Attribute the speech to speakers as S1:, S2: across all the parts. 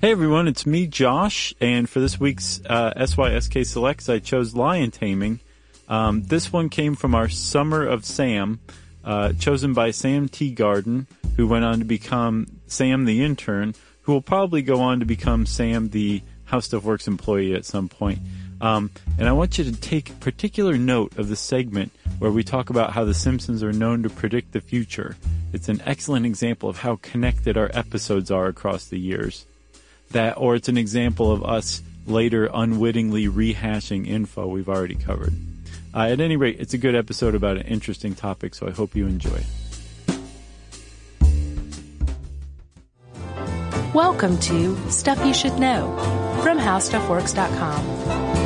S1: Hey everyone, it's me, Josh, and for this week's uh, SYSK Selects, I chose Lion Taming. Um, this one came from our Summer of Sam, uh, chosen by Sam T. Garden, who went on to become Sam the Intern, who will probably go on to become Sam the How Stuff Works employee at some point. Um, and I want you to take particular note of the segment where we talk about how the Simpsons are known to predict the future. It's an excellent example of how connected our episodes are across the years that or it's an example of us later unwittingly rehashing info we've already covered. Uh, at any rate, it's a good episode about an interesting topic, so I hope you enjoy.
S2: Welcome to Stuff You Should Know from HowStuffWorks.com.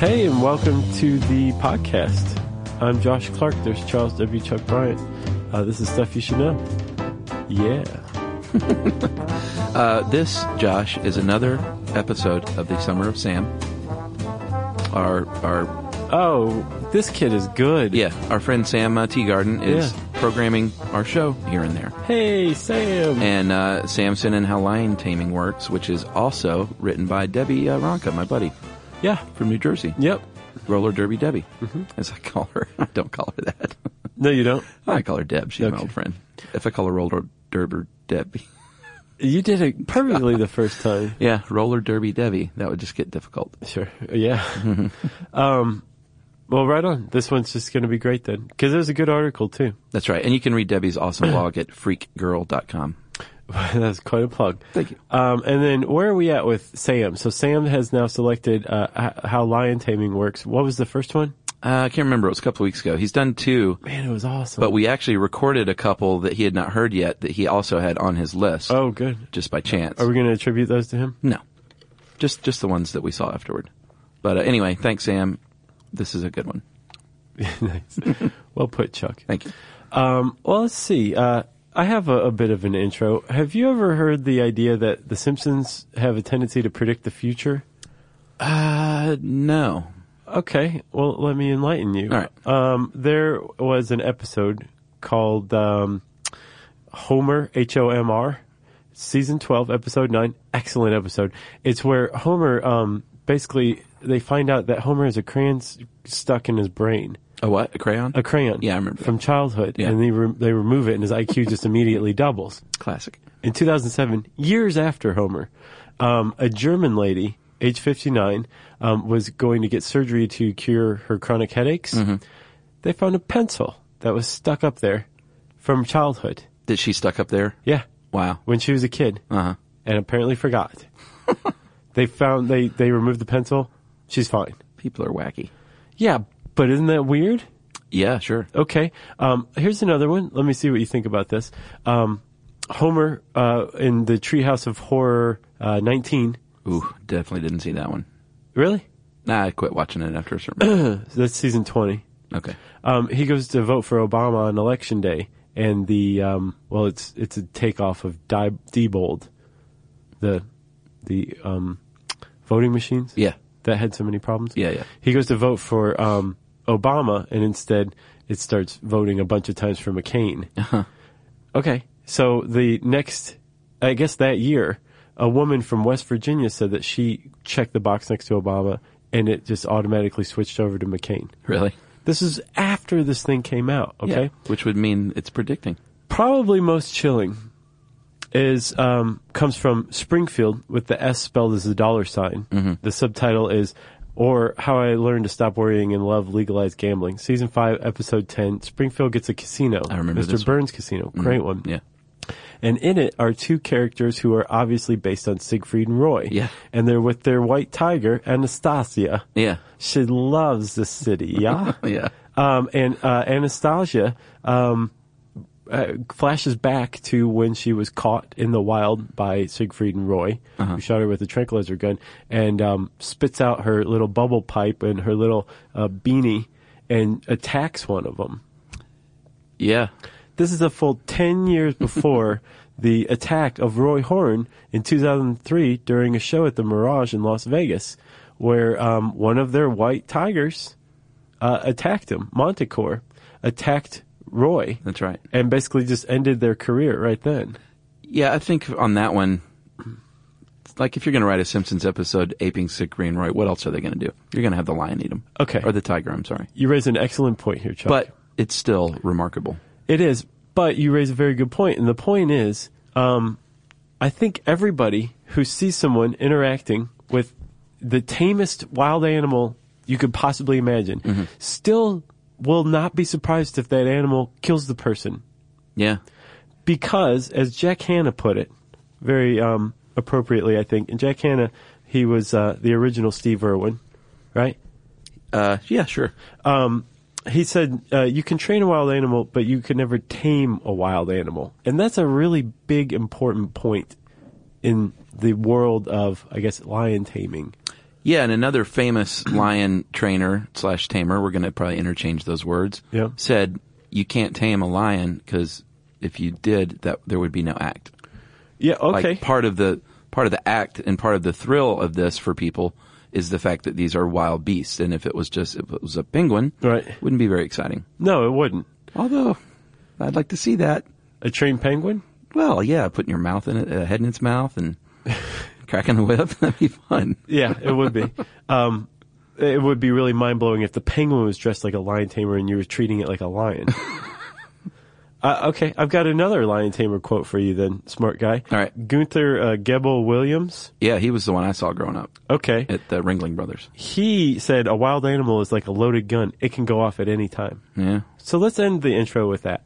S3: Hey, and welcome to the podcast. I'm Josh Clark. There's Charles W. Chuck Bryant. Uh, this is stuff you should know. Yeah.
S4: Uh, this, Josh, is another episode of the Summer of Sam. Our our
S3: Oh, this kid is good.
S4: yeah, our friend Sam uh, Teagarden is
S3: Yeah.
S4: programming our show here and there,
S3: Hey, Sam.
S4: and uh, Samson and How Lion Taming Works, which is also written by Debbie uh, Ronka, my buddy
S3: yeah. Mm-hmm.
S4: from New Jersey,
S3: Yep.
S4: Roller Derby Debbie, as I call her. I don't call her that.
S3: No, you don't.
S4: I call her Deb. She's my
S3: Okay.
S4: old friend. If I call her Roller Derby Debbie,
S3: You did it perfectly the first time.
S4: yeah, Roller Derby Debbie, that would just get difficult.
S3: Sure. Yeah. um, well, right on. This one's just going to be great then. Because it was a good article, too.
S4: That's right. And you can read Debbie's awesome blog at freakgirl.com.
S3: That's quite a plug.
S4: Thank you.
S3: Um, and then where are we at with Sam? So Sam has now selected uh, h- how lion taming works. What was the first one?
S4: Uh, I can't remember. It was a couple of weeks ago. He's done two,
S3: Man, it was awesome.
S4: but we actually recorded a couple that he had not heard yet that he also had on his list
S3: oh, good.
S4: just by chance.
S3: Are we going to attribute those to him?
S4: no, just just the ones that we saw afterward. But uh, anyway, thanks, Sam. This is a good one.
S3: nice. well put, Chuck.
S4: Thank you.
S3: Um, well, let's see. Uh, I have a, a bit of an intro. Have you ever heard the idea that The Simpsons have a tendency to predict the future?
S4: Uh, no.
S3: Okay, well, let me enlighten you.
S4: All right.
S3: Um, there was an episode called um, Homer, H O M R, season 12, episode 9. Excellent episode. It's where Homer um, basically, they find out that Homer has a crayon s- stuck in his brain.
S4: A what? A crayon?
S3: A crayon.
S4: Yeah, I remember
S3: From childhood.
S4: Yeah.
S3: And they, re- they remove it, and his IQ just immediately doubles
S4: Classic.
S3: in 2007, years after Homer, um, a German lady, age 59, um, was going to get surgery to cure her chronic headaches. They found a pencil that was stuck up there from childhood.
S4: That she stuck up there?
S3: Yeah,
S4: Wow.
S3: when she was a kid,
S4: Uh huh.
S3: and apparently forgot. they found they they removed the pencil. She's fine.
S4: People are wacky.
S3: Yeah, but isn't that weird?
S4: Yeah, sure.
S3: Okay. Um, here's another one. Let me see what you think about this. Um, Homer uh, in the Treehouse of Horror uh, 19.
S4: Ooh, definitely didn't see that one.
S3: Really?
S4: Nah, I quit watching it after a certain.
S3: That's season 20.
S4: okay.
S3: Um, he goes to vote for Obama on election day, and the um, well, it's it's a takeoff of Di- Diebold, the the um, voting machines
S4: Yeah.
S3: that had so many problems.
S4: Yeah, yeah.
S3: He goes to vote for um, Obama, and instead it starts voting a bunch of times for McCain. Okay, so the next, I guess that year, a woman from West Virginia said that she checked the box next to Obama, and it just automatically switched over to McCain.
S4: Really?
S3: This is after this thing came out, okay?
S4: Yeah, which would mean it's predicting.
S3: Probably most chilling is um, comes from Springfield with the S spelled as a dollar sign.
S4: Mm-hmm.
S3: The subtitle is or how I learned to stop worrying and love legalized gambling. Season 5, episode 10, Springfield gets a casino.
S4: I remember
S3: Mr.
S4: this one. Mm-hmm.
S3: Burns Casino. Great one.
S4: Yeah.
S3: And in it are two characters who are obviously based on Siegfried and Roy.
S4: Yeah.
S3: And they're with their white tiger, Anastasia.
S4: Yeah.
S3: She loves the city, yeah?
S4: Yeah.
S3: Um, and uh, Anastasia um, uh, flashes back to when she was caught in the wild by Siegfried and Roy, who shot her with a tranquilizer gun, and um, spits out her little bubble pipe and her little uh, beanie and attacks one of them.
S4: Yeah.
S3: This is a full 10 years before the attack of Roy Horn in 2003 during a show at the Mirage in Las Vegas, where um, one of their white tigers uh, attacked him. Manticore attacked Roy.
S4: That's right.
S3: And basically just ended their career right then.
S4: Yeah, I think on that one, it's like if you're going to write a Simpsons episode aping Sick Green Roy, what else are they going to do? You're going to have the lion eat him.
S3: Okay.
S4: Or the tiger, I'm sorry.
S3: You raise an excellent point here, Chuck.
S4: But it's still remarkable.
S3: It is, but you raise a very good point, and the point is, um, I think everybody who sees someone interacting with the tamest wild animal you could possibly imagine still will not be surprised if that animal kills the person,
S4: Yeah.
S3: because as Jack Hanna put it, very um, appropriately, I think. And Jack Hanna, he was uh, the original Steve Irwin, right?
S4: Uh, yeah, sure.
S3: he said uh, you can train a wild animal, but you can never tame a wild animal, and that's a really big important point in the world of, I guess, lion taming.
S4: Yeah, and another famous lion trainer slash tamer, we're going to probably interchange those words,
S3: Yeah.
S4: said, you can't tame a lion because if you did, that there would be no act.
S3: Yeah. Okay.
S4: Like part of the part of the act and part of the thrill of this for people is the fact that these are wild beasts. And if it was just if it was a penguin,
S3: Right.
S4: it wouldn't be very exciting.
S3: no, it wouldn't.
S4: Although I'd like to see that.
S3: A trained penguin.
S4: Well, yeah, putting your mouth in it, uh, head in its mouth, and cracking the whip. That'd be fun.
S3: Yeah, it would be. um, it would be really mind blowing if the penguin was dressed like a lion tamer and you were treating it like a lion. uh, okay, I've got another lion tamer quote for you, then, smart guy.
S4: All right.
S3: Gunther uh, Gebel Williams.
S4: Yeah, he was the one I saw growing up
S3: Okay.
S4: at the Ringling Brothers.
S3: he said a wild animal is like a loaded gun. It can go off at any time.
S4: Yeah.
S3: So let's end the intro with that.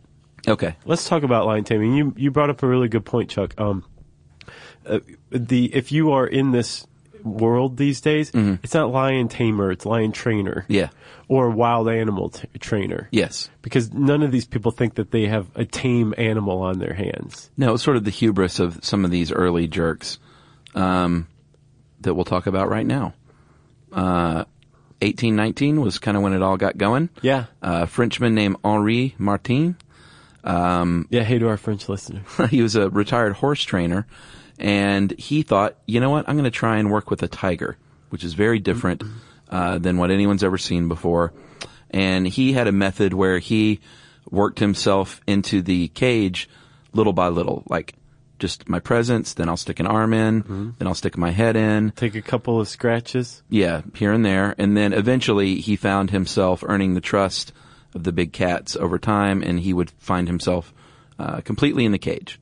S4: Okay.
S3: Let's talk about lion taming. You you brought up a really good point, Chuck. Um, uh, the if you are in this world these days, it's not lion tamer, it's lion trainer.
S4: Mm-hmm. Yeah.
S3: Or wild animal t- trainer.
S4: Yes.
S3: Because none of these people think that they have a tame animal on their hands.
S4: No, it's sort of the hubris of some of these early jerks um, that we'll talk about right now. Uh, 1819 was kind of when it all got going. Uh,
S3: Yeah.
S4: A Frenchman named Henri Martin.
S3: Um, Yeah, hey to our French listeners.
S4: he was a retired horse trainer, and he thought, you know what, I'm going to try and work with a tiger, which is very different uh, than what anyone's ever seen before. And he had a method where he worked himself into the cage little by little, like just my presence, then I'll stick an arm in, then I'll stick my head in,
S3: Take a couple of scratches.
S4: yeah, here and there. And then eventually he found himself earning the trust of the big cats over time, and he would find himself uh, completely in the cage.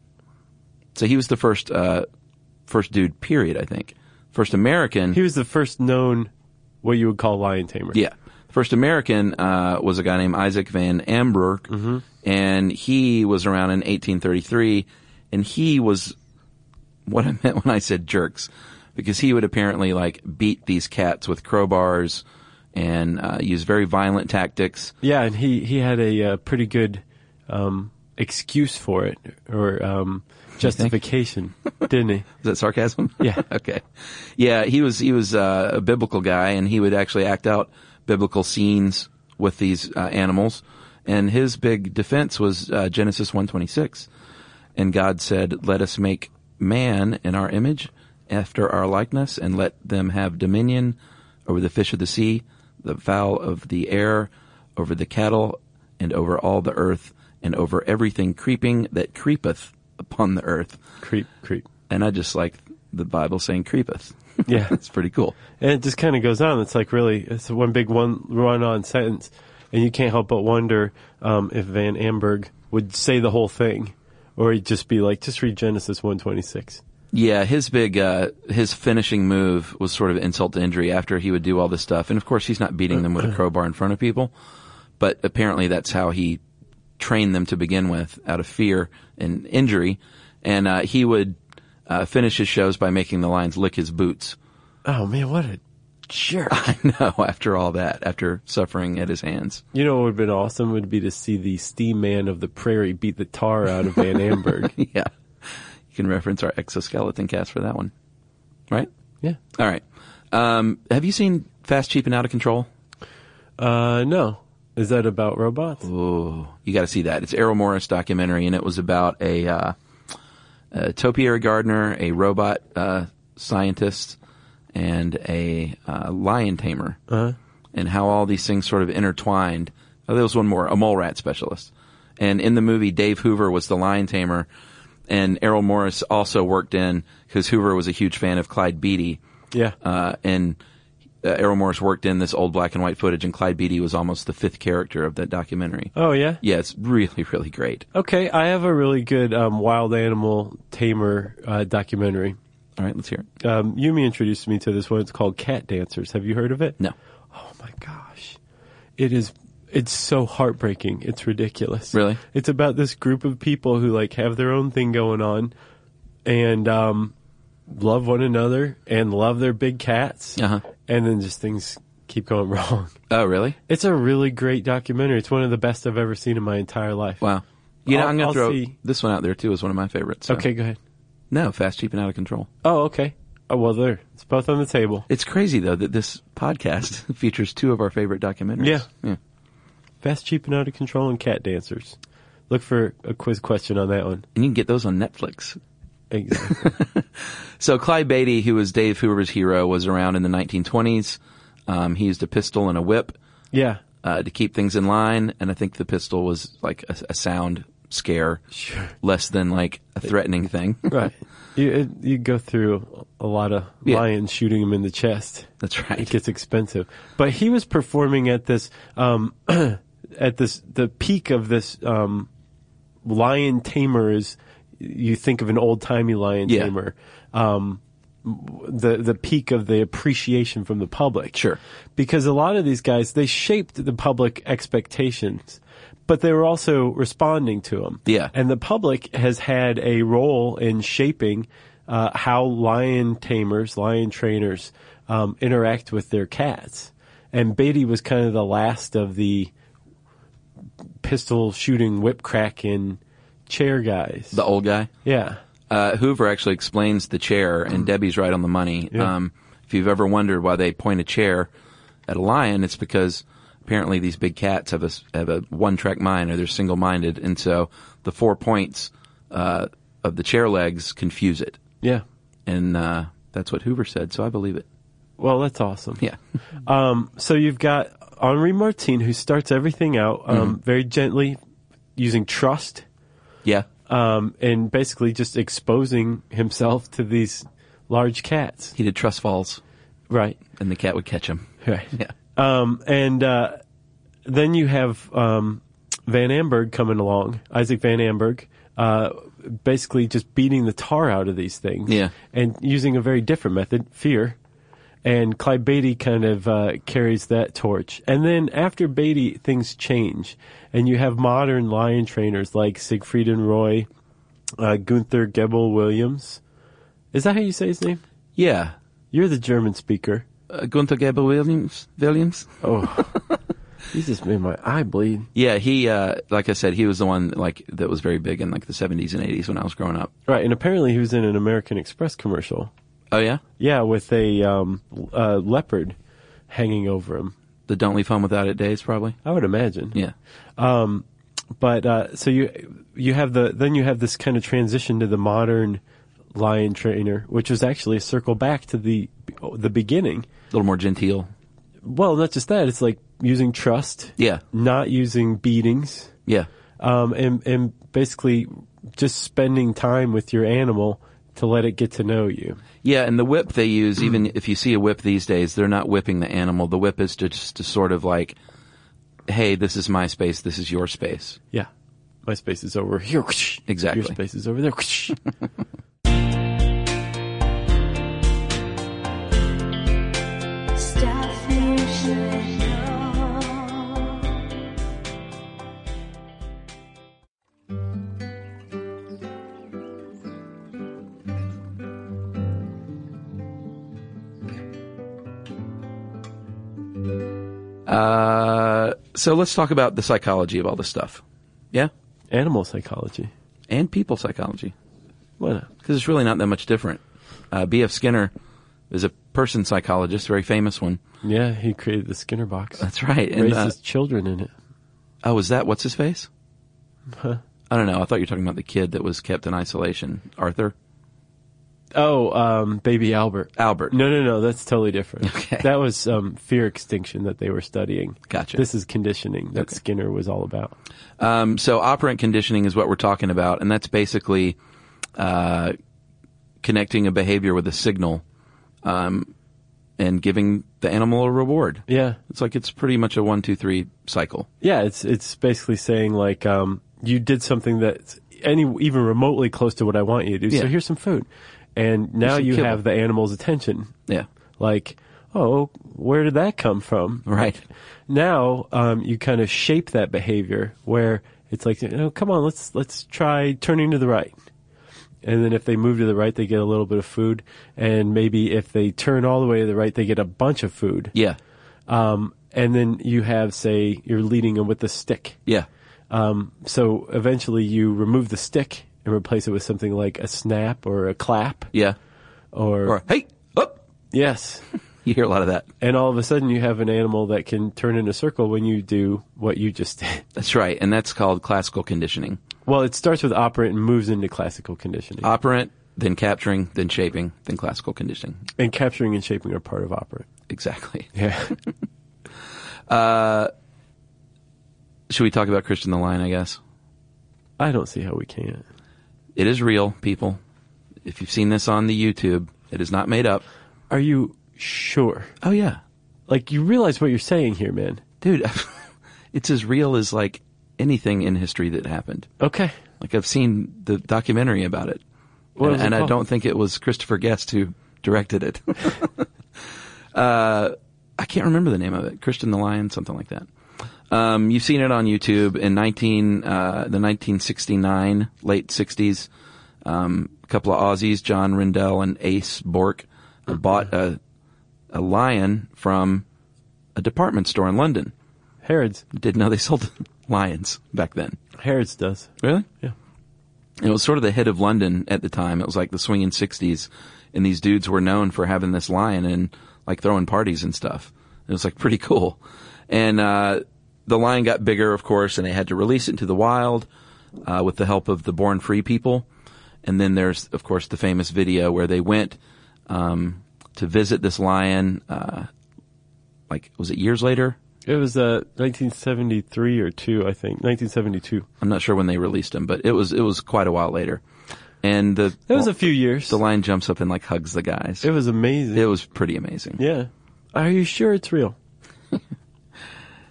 S4: So he was the first, uh, first dude, period, I think. First American.
S3: He was the first known what you would call lion tamer.
S4: Yeah. The first American uh, was a guy named Isaac Van Amberg, and he was around in 1833, and he was what I meant when I said jerks, because he would apparently like beat these cats with crowbars and uh, use very violent tactics.
S3: Yeah, and he he had a uh, pretty good um, excuse for it or um, justification, didn't he?
S4: Is that sarcasm?
S3: Yeah.
S4: okay. Yeah, he was he was uh, a biblical guy, and he would actually act out biblical scenes with these uh, animals. And his big defense was uh, Genesis one twenty six, and God said, "Let us make man in our image, after our likeness, and let them have dominion over the fish of the sea, the fowl of the air, over the cattle, and over all the earth, and over everything creeping that creepeth upon the earth."
S3: Creep, creep.
S4: and I just like the Bible saying creepeth.
S3: Yeah.
S4: That's pretty cool.
S3: And it just kind of goes on. It's like really, it's one big one run on sentence, and you can't help but wonder um, if Van Amberg would say the whole thing, or he'd just be like, just read Genesis one twenty six.
S4: Yeah, his big, uh, his finishing move was sort of insult to injury after he would do all this stuff. And of course, he's not beating them with a crowbar in front of people, but apparently that's how he trained them to begin with out of fear and injury. And, uh, he would, uh, finish his shows by making the lions lick his boots.
S3: Oh man, what a jerk!
S4: I know after all that, after suffering at his hands.
S3: You know what would have been awesome would be to see the steam man of the prairie beat the tar out of Van Amberg.
S4: yeah. You can reference our exoskeleton cast for that one. Right?
S3: yeah.
S4: All right. Um, have you seen Fast, Cheap, and Out of Control?
S3: Uh, no. Is that about robots?
S4: Ooh, you got to see that. It's Errol Morris documentary, and it was about a, uh, a topiary gardener, a robot uh, scientist, and a uh, lion tamer, and how all these things sort of intertwined. Oh, there was one more, a mole rat specialist, And in the movie, Dave Hoover was the lion tamer, and Errol Morris also worked in because Hoover was a huge fan of Clyde Beatty.
S3: Yeah.
S4: Uh, and uh, Errol Morris worked in this old black and white footage, and Clyde Beatty was almost the fifth character of that documentary.
S3: oh yeah.
S4: Yeah, it's really, really great.
S3: Okay, I have a really good um, wild animal tamer uh, documentary.
S4: All right, let's hear it.
S3: Um, Yumi introduced me to this one. It's called Cat Dancers. Have you heard of it?
S4: No.
S3: Oh my gosh. It is it's so heartbreaking. It's ridiculous.
S4: Really?
S3: It's about this group of people who like have their own thing going on and um love one another and love their big cats.
S4: Uh-huh.
S3: And then just things keep going wrong.
S4: Oh, really?
S3: It's a really great documentary. It's one of the best I've ever seen in my entire life.
S4: Wow. You know,
S3: I'll-
S4: i am going
S3: I'll
S4: to throw
S3: see.
S4: this one out there too. Is one of my favorites. so.
S3: Okay, go ahead.
S4: No, fast, cheap, and out of control.
S3: Oh, okay. Oh, well, there. It's both on the table.
S4: It's crazy though that this podcast features two of our favorite documentaries.
S3: Yeah. Fast, cheap, and out of control, and cat dancers. Look for a quiz question on that one.
S4: And you can get those on Netflix.
S3: Exactly.
S4: So Clyde Beatty, who was Dave Hoover's hero, was around in the 1920s. Um, he used a pistol and a whip
S3: yeah.
S4: uh, to keep things in line, and I think the pistol was like a, a sound scare,
S3: Sure.
S4: less than like a threatening thing.
S3: Right. You it, you go through a lot of
S4: Yeah.
S3: lions shooting him in the chest.
S4: That's
S3: It
S4: right.
S3: gets expensive. But he was performing at this um at this the peak of this um lion tamers you think of an old-timey lion
S4: Yeah.
S3: tamer. Um the the peak of the appreciation from the public.
S4: Sure.
S3: Because a lot of these guys they shaped the public expectations, but they were also responding to them.
S4: Yeah.
S3: And the public has had a role in shaping uh, how lion tamers, lion trainers um, interact with their cats. And Beatty was kind of the last of the pistol shooting, whip cracking chair guys.
S4: The old guy.
S3: yeah.
S4: uh, Hoover actually explains the chair, and Debbie's right on the money.
S3: Mm. Yeah.
S4: Um, if you've ever wondered why they point a chair at a lion, it's because apparently these big cats have a s- have a one track mind, or they're single minded, and so the four points uh, of the chair legs confuse it,
S3: Yeah.
S4: and uh, that's what Hoover said. So I believe it.
S3: Well, that's awesome.
S4: Yeah,
S3: So you've got Henri Martin who starts everything out um, very gently using trust.
S4: yeah.
S3: um, and basically just exposing himself to these large cats.
S4: He did trust falls,
S3: Right.
S4: and the cat would catch him.
S3: Right.
S4: Yeah,
S3: Um, and uh, then you have um, Van Amberg coming along, Isaac Van Amberg, uh, basically just beating the tar out of these things.
S4: Yeah.
S3: And using a very different method, fear. And Clyde Beatty kind of uh, carries that torch. And then after Beatty, things change. And you have modern lion trainers like Siegfried and Roy, uh, Gunther Gebel Williams. Is that how you say his name?
S4: yeah.
S3: You're the German speaker.
S4: Uh, Gunther Gebel Williams. Williams.
S3: Oh, you just made my eye bleed.
S4: Yeah, he uh, like I said, he was the one like that was very big in like the seventies and eighties when I was growing up.
S3: Right, and apparently he was in an American Express commercial.
S4: Oh yeah,
S3: Yeah, with a um, l- uh, leopard hanging over him.
S4: the "Don't Leave Home Without It" days probably.
S3: I would imagine.
S4: Yeah,
S3: But uh, so you you have the then you have this kind of transition to the modern lion trainer, which was actually a circle back to the the beginning.
S4: a little more genteel.
S3: Well, not just that; it's like using trust,
S4: Yeah,
S3: not using beatings.
S4: yeah,
S3: um, and and basically just spending time with your animal to let it get to know you.
S4: yeah. And the whip they use, even if you see a whip these days, they're not whipping the animal. The whip is to, just to sort of like, "Hey, this is my space. This is your space."
S3: Yeah, my space is over here.
S4: Exactly.
S3: Your space is over there.
S5: Stuff you should know.
S4: Uh, so let's talk about the psychology of all this stuff. Yeah,
S3: Animal psychology.
S4: and people psychology.
S3: Why not?
S4: because it's really not that much different. Uh, B.F. Skinner is a person psychologist, very famous one.
S3: Yeah, he created the Skinner box.
S4: That's right. And
S3: Raised
S4: uh,
S3: his children in it.
S4: oh, is that what's his face? I don't know. I thought you were talking about the kid that was kept in isolation, Arthur.
S3: Oh, um, Baby Albert.
S4: Albert.
S3: No, no, no. That's totally different.
S4: Okay.
S3: That was um, fear extinction that they were studying.
S4: Gotcha.
S3: This is conditioning that Skinner was all about.
S4: Um, so operant conditioning is what we're talking about, and that's basically uh, connecting a behavior with a signal um, and giving the animal a reward.
S3: Yeah.
S4: It's like it's pretty much a one, two, three cycle.
S3: Yeah, it's it's basically saying like um, you did something that's any even remotely close to what I want you to do. So
S4: Yeah.
S3: here's some food, and now
S4: should
S3: you
S4: kill
S3: have the animal's attention.
S4: Yeah.
S3: Like, oh, where did that come from?
S4: Right.
S3: Now um, you kind of shape that behavior where it's like, oh, come on, let's let's try turning to the right. And then if they move to the right, they get a little bit of food, and maybe if they turn all the way to the right, they get a bunch of food.
S4: Yeah.
S3: And then you have, say, you're leading them with the stick.
S4: Yeah.
S3: So eventually you remove the stick and replace it with something like a snap or a clap
S4: Yeah.
S3: or,
S4: Or hey, up.
S3: yes.
S4: You hear a lot of that.
S3: And all of a sudden you have an animal that can turn in a circle when you do what you just did.
S4: That's right, and that's called classical conditioning.
S3: Well, it starts with operant and moves into classical conditioning.
S4: Operant, then capturing, then shaping, then classical conditioning.
S3: and capturing and shaping are part of operant.
S4: Exactly.
S3: Yeah.
S4: Should we talk about Christian the Lion? I guess
S3: I don't see how we can't.
S4: it is real, people. If you've seen this on the YouTube, it is not made up.
S3: Are you sure?
S4: Oh yeah,
S3: Like you realize what you're saying here, man.
S4: dude. it's as real as like anything in history that happened.
S3: Okay.
S4: Like I've seen the documentary about it,
S3: What
S4: and,
S3: was it
S4: and I
S3: called?
S4: don't think it was Christopher Guest who directed it. uh, I can't remember the name of it. Christian the Lion, something like that. Um, you've seen it on YouTube in 19 uh, the 1969 late 60s. Um, a couple of Aussies, John Rindell and Ace Bork, uh, bought a a lion from a department store in London.
S3: Herod's.
S4: Didn't know they sold lions back then.
S3: Herod's does.
S4: Really?
S3: Yeah.
S4: it was sort of the hit of London at the time. It was like the swinging '60s, and these dudes were known for having this lion and like throwing parties and stuff. It was like pretty cool. And uh, the lion got bigger, of course, and they had to release it into the wild uh, with the help of the Born Free people. And then there's, of course, the famous video where they went um, to visit this lion. Uh, like, was it years later?
S3: It was uh, 1973 or two, I think. 1972.
S4: I'm not sure when they released him, but it was it was quite a while later. And the
S3: It was a few years.
S4: The lion jumps up and like hugs the guys.
S3: It was amazing.
S4: It was pretty amazing.
S3: yeah. Are you sure it's real?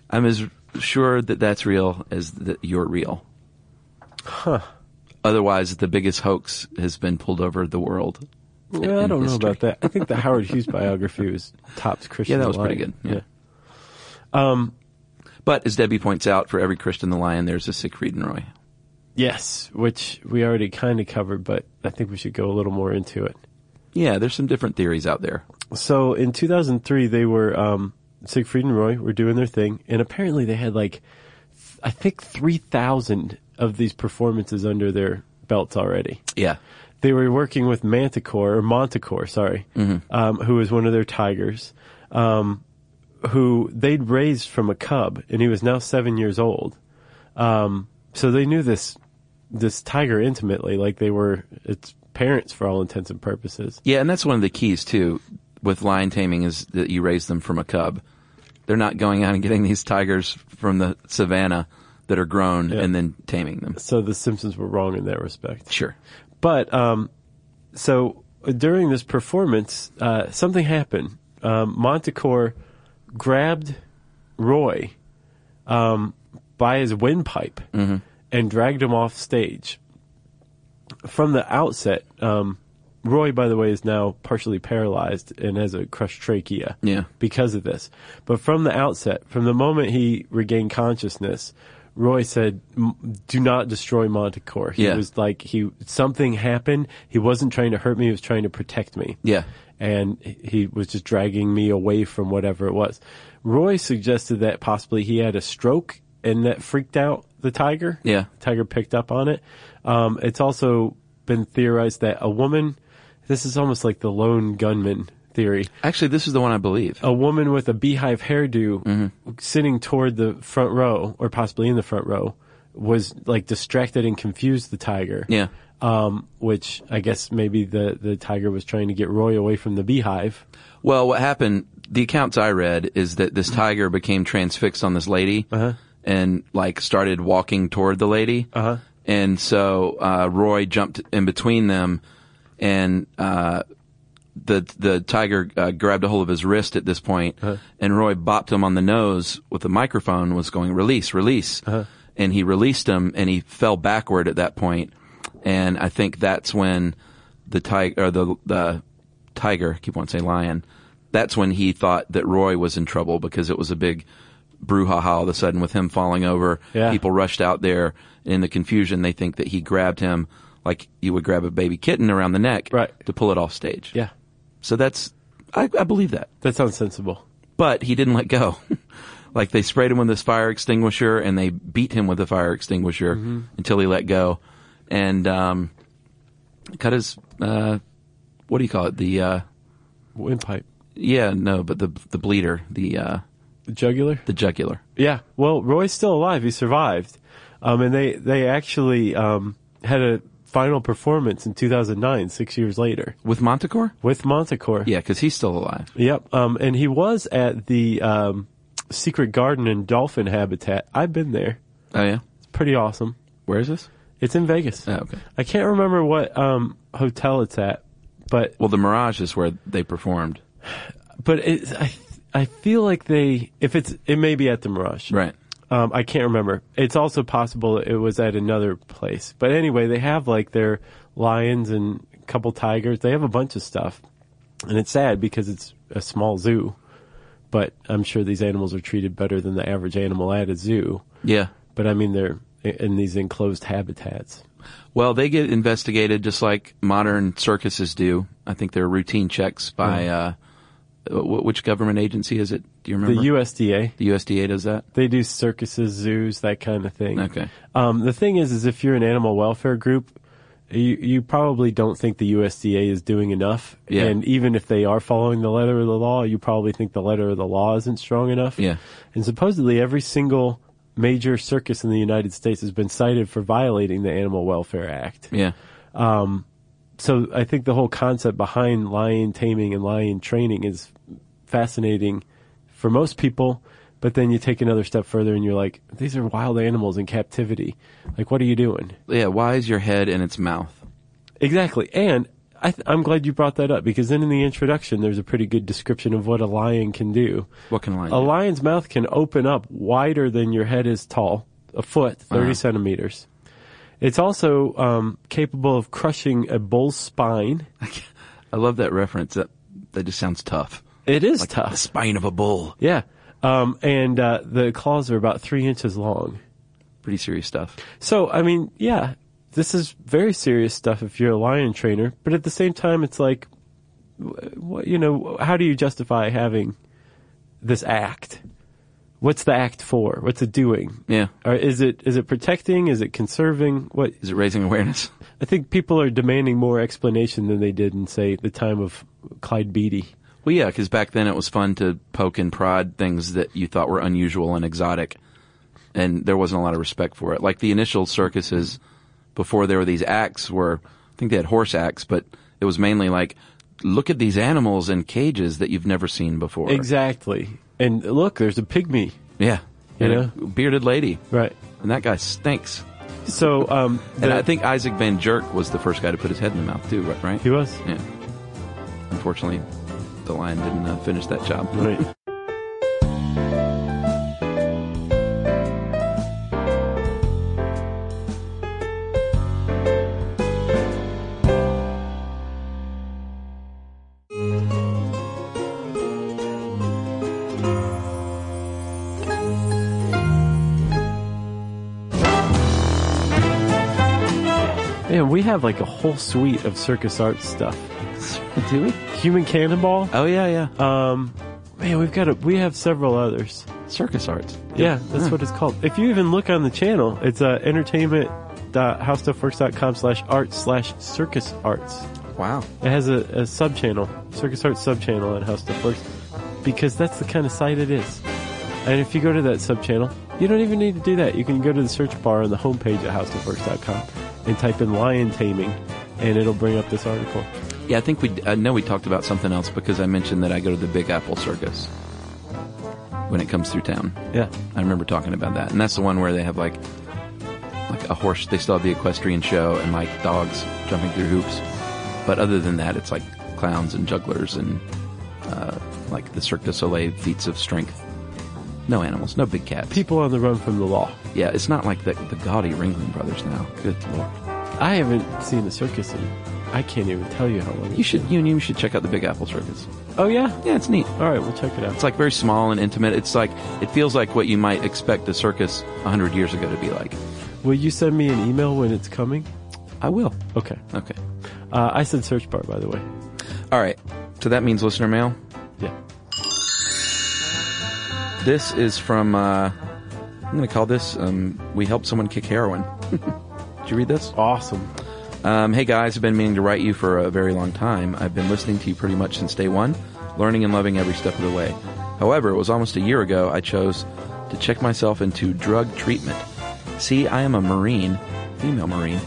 S4: I'm as sure that that's real as that you're real. Huh. Otherwise, the biggest hoax has been pulled over the world.
S3: Well, I
S4: in
S3: don't know
S4: history.
S3: about that. I think the Howard Hughes biography was tops Christian.
S4: Yeah, that was
S3: Lion.
S4: pretty good. Yeah. But as Debbie points out, for every Christian the lion, there's a Siegfried and Roy.
S3: Yes, which we already kind of covered, but I think we should go a little more into it.
S4: Yeah, there's some different theories out there.
S3: So in 2003, they were um, Siegfried and Roy were doing their thing, and apparently they had like th- I think 3,000 of these performances under their belts already.
S4: Yeah.
S3: they were working with Manticore or Monticore, sorry, um, who was one of their tigers, um, who they'd raised from a cub, and he was now seven years old. Um, so they knew this this tiger intimately, like they were its parents for all intents and purposes.
S4: Yeah, and that's one of the keys too with lion taming is that you raise them from a cub. They're not going out and getting these tigers from the savannah that are grown and then taming them.
S3: So the Simpsons were wrong in that respect.
S4: Sure.
S3: But um, so during this performance, uh, something happened. Um, Monticore grabbed Roy um, by his windpipe and dragged him off stage. From the outset, um, Roy, by the way, is now partially paralyzed and has a crushed trachea
S4: Yeah.
S3: because of this. But from the outset, from the moment he regained consciousness, Roy said, "M- "Do not destroy Montecore." He
S4: Yeah.
S3: was like, he something happened. He wasn't trying to hurt me. He was trying to protect me.
S4: Yeah.
S3: and he- he was just dragging me away from whatever it was. Roy suggested that possibly he had a stroke and that freaked out the tiger.
S4: Yeah.
S3: tiger picked up on it. Um, it's also been theorized that a woman. This is almost like the lone gunman theory
S4: Actually, this is the one I believe.
S3: a woman
S4: Mm-hmm.
S3: with a beehive hairdo sitting toward the front row, or possibly in the front row, was like distracted and confused the tiger.
S4: Yeah.
S3: Um, which I guess maybe the, the tiger was trying to get Roy away from the beehive.
S4: Well, what happened? The accounts I read is that this tiger became transfixed on this lady and like started walking toward the lady.
S3: Uh-huh.
S4: And so uh, Roy jumped in between them, and uh, the the tiger uh, grabbed a hold of his wrist at this point,
S3: Uh-huh.
S4: and Roy bopped him on the nose with the microphone. Was going release, release,
S3: Uh-huh.
S4: and he released him, and he fell backward at that point. And I think that's when the tiger or the the tiger I keep on saying lion. That's when he thought that Roy was in trouble because it was a big brouhaha all of a sudden with him falling over.
S3: Yeah.
S4: People rushed out there in the confusion. They think that he grabbed him like you would grab a baby kitten around the neck
S3: Right.
S4: to pull it off stage.
S3: Yeah.
S4: So that's, I, I believe that.
S3: That sounds sensible.
S4: But he didn't let go. like they sprayed him with this fire extinguisher and they beat him with the fire extinguisher until he let go and um, cut his, uh, what do you call it? The, uh,
S3: Windpipe.
S4: yeah, no, but the the bleeder, the uh,
S3: The jugular?
S4: the jugular.
S3: Yeah. Well, Roy's still alive. He survived. Um, and they, they actually, um, had a final performance in 2009, six years later
S4: With Montecore?
S3: with Montecore.
S4: Yeah, because he's still alive.
S3: Yep. Um, and he was at the, um, Secret Garden and Dolphin Habitat. I've been there.
S4: Oh, yeah?
S3: It's pretty awesome.
S4: Where is this?
S3: It's in Vegas.
S4: Oh, okay.
S3: I can't remember what, um, hotel it's at, but
S4: Well, the Mirage is where they performed.
S3: but it, I I feel like they if it's it may be at the Mirage.
S4: Right.
S3: Um, I can't remember. It's also possible it was at another place. But anyway, they have like their lions and a couple tigers. They have a bunch of stuff, and it's sad because it's a small zoo. But I'm sure these animals are treated better than the average animal at a zoo.
S4: Yeah.
S3: But I mean, they're in these enclosed habitats.
S4: Well, they get investigated just like modern circuses do. I think they're routine checks by uh, wh- which government agency is it? Do you
S3: The
S4: remember?
S3: USDA
S4: the USDA does that.
S3: They do circuses, zoos, that kind of thing.
S4: Okay.
S3: Um, the thing is, is if you're an animal welfare group, you, you probably don't think the USDA is doing enough.
S4: Yeah.
S3: And even if they are following the letter of the law, you probably think the letter of the law isn't strong enough.
S4: Yeah.
S3: And supposedly every single major circus in the United States has been cited for violating the Animal Welfare Act.
S4: Yeah.
S3: So I think the whole concept behind lion taming and lion training is fascinating for most people. But then you take another step further and you're like, these are wild animals in captivity. Like, what are you doing?
S4: Yeah. Why is your head in its mouth?
S3: Exactly. And I th- I'm glad you brought that up because then in the introduction, there's a pretty good description of what a lion can do.
S4: What can a lion
S3: A
S4: do?
S3: lion's mouth can open up wider than your head is tall, a foot, 30
S4: Uh-huh.
S3: centimeters. It's also um, capable of crushing a bull's spine.
S4: I love that reference. That that just sounds tough.
S3: It is
S4: The
S3: tough.
S4: spine of a bull.
S3: Yeah. Um, and uh, the claws are about three inches long.
S4: Pretty serious stuff.
S3: So, I mean, yeah, this is very serious stuff if you're a lion trainer, but at the same time, it's like, wh- wh- you know, how do you justify having this act? What's the act for? What's it doing?
S4: Yeah.
S3: Or is it is it protecting? Is it conserving? What
S4: Is it raising awareness?
S3: I think people are demanding more explanation than they did in say the time of Clyde Beatty.
S4: Well, yeah, because back then it was fun to poke and prod things that you thought were unusual and exotic, and there wasn't a lot of respect for it. Like the initial circuses before there were these acts were, I think they had horse acts, but it was mainly like, look at these animals in cages that you've never seen before.
S3: Exactly. And look, there's a pygmy.
S4: Yeah.
S3: You
S4: And
S3: know?
S4: a bearded lady,
S3: Right.
S4: and that guy stinks.
S3: So um,
S4: and
S3: the-
S4: I think Isaac Van Jerk was the first guy to put his head in the mouth too, right? right?
S3: he was
S4: Yeah. Unfortunately, the lion didn't uh, finish that job.
S3: right. Man, we have like a whole suite of circus arts stuff.
S4: Do we?
S3: Human Cannonball.
S4: Oh yeah, yeah.
S3: Um, man, we've got a, we have several others.
S4: circus arts.
S3: Yeah, that's what it's called. If you even look on the channel, it's uh, entertainment.howstuffworks.com slash art slash circus arts.
S4: Wow.
S3: It has a, a sub channel, circus arts sub channel on How Stuff Works, because that's the kind of site it is. And if you go to that sub channel, you don't even need to do that. You can go to the search bar on the homepage at howstuffworks.com and type in lion taming, and it'll bring up this article.
S4: Yeah, I think we. I know we talked about something else because I mentioned that I go to the Big Apple Circus when it comes through town.
S3: Yeah.
S4: I remember talking about that, and that's the one where they have like like a horse. They still have the equestrian show and like dogs jumping through hoops. But other than that, it's like clowns and jugglers and uh, like the Cirque du Soleil feats of strength. No animals, no big cats.
S3: People on the run from the law.
S4: Yeah, it's not like the, the gaudy Ringling Brothers now. Good lord.
S3: I haven't seen a circus in, I can't even tell you how long.
S4: You should you and you should check out the Big Apple Circus.
S3: Oh, yeah?
S4: Yeah, it's neat.
S3: All right, we'll check it out.
S4: It's like very small and intimate. It's like it feels like what you might expect a circus hundred years ago to be like.
S3: Will you send me an email when it's coming?
S4: I will.
S3: Okay.
S4: Okay.
S3: Uh, I said search bar, by the way.
S4: All right. So that means listener mail.
S3: Yeah.
S4: This is from. Uh, I'm going to call this. Um, we helped someone kick heroin. Did you read this?
S3: Awesome.
S4: Um, hey guys, I've been meaning to write you for a very long time. I've been listening to you pretty much since day one, learning and loving every step of the way. However, it was almost a year ago I chose to check myself into drug treatment. See, I am a Marine, female Marine,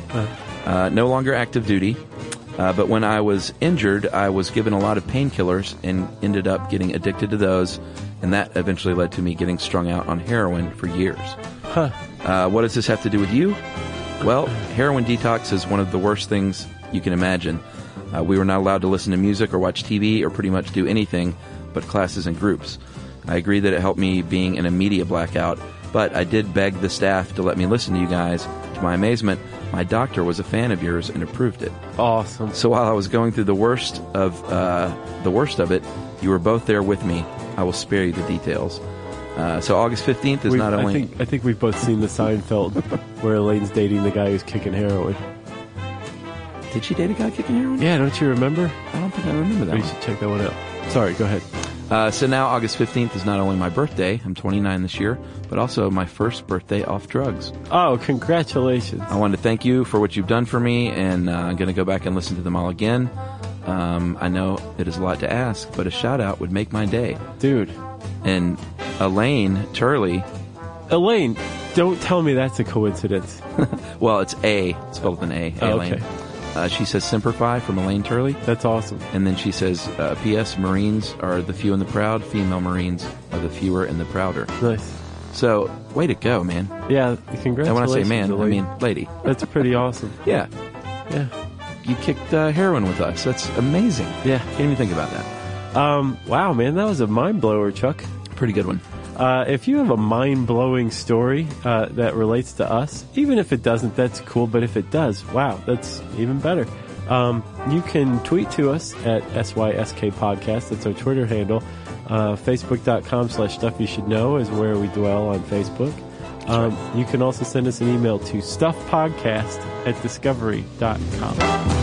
S4: uh, no longer active duty. Uh, but when I was injured, I was given a lot of painkillers and ended up getting addicted to those, and that eventually led to me getting strung out on heroin for years. Uh, what does this have to do with you? Well, heroin detox is one of the worst things you can imagine. Uh, we were not allowed to listen to music or watch TV or pretty much do anything but classes and groups. I agree that it helped me being in a media blackout, but I did beg the staff to let me listen to you guys. To my amazement, my doctor was a fan of yours and approved it.
S3: Awesome.
S4: So while I was going through the worst of uh, the worst of it, you were both there with me. I will spare you the details. Uh, so August fifteenth is
S3: We've-
S4: not only
S3: I think, I think we've both seen the Seinfeld where Elaine's dating the guy who's kicking heroin.
S4: Did she date a guy kicking heroin?
S3: Yeah, don't you remember?
S4: I don't think I remember that.
S3: We
S4: one.
S3: should check that one out. Sorry, go ahead.
S4: Uh, so now August 15th is not only my birthday, I'm 29 this year, but also my first birthday off drugs.
S3: Oh, congratulations.
S4: I wanted to thank you for what you've done for me, and uh, I'm going to go back and listen to them all again. Um, I know it is a lot to ask, but a shout out would make my day.
S3: Dude.
S4: And Elaine Turley,
S3: Elaine, don't tell me that's a coincidence.
S4: well, it's A, it's spelled with an A,
S3: Oh,
S4: Elaine.
S3: okay.
S4: Uh, she says Simplify from Elaine Turley.
S3: That's awesome.
S4: And then she says, uh, P.S. Marines are the few and the proud. Female Marines are the fewer and the prouder.
S3: Nice.
S4: So, way to go, man.
S3: Yeah, congratulations.
S4: And when I say man, I
S3: Elaine.
S4: mean lady.
S3: that's pretty awesome.
S4: Yeah,
S3: Yeah.
S4: you kicked uh, heroin with us. That's amazing.
S3: Yeah.
S4: Can't even think about that.
S3: Um, wow, man, that was a mind blower, Chuck.
S4: Pretty good one.
S3: Uh, if you have a mind blowing story uh, that relates to us, even if it doesn't, that's cool. But if it does, wow, that's even better. Um, you can tweet to us at SYSK Podcast. That's our Twitter handle. Uh, Facebook.com slash stuff you should know is where we dwell on Facebook. Um, you can also send us an email to stuffpodcast at discovery.com.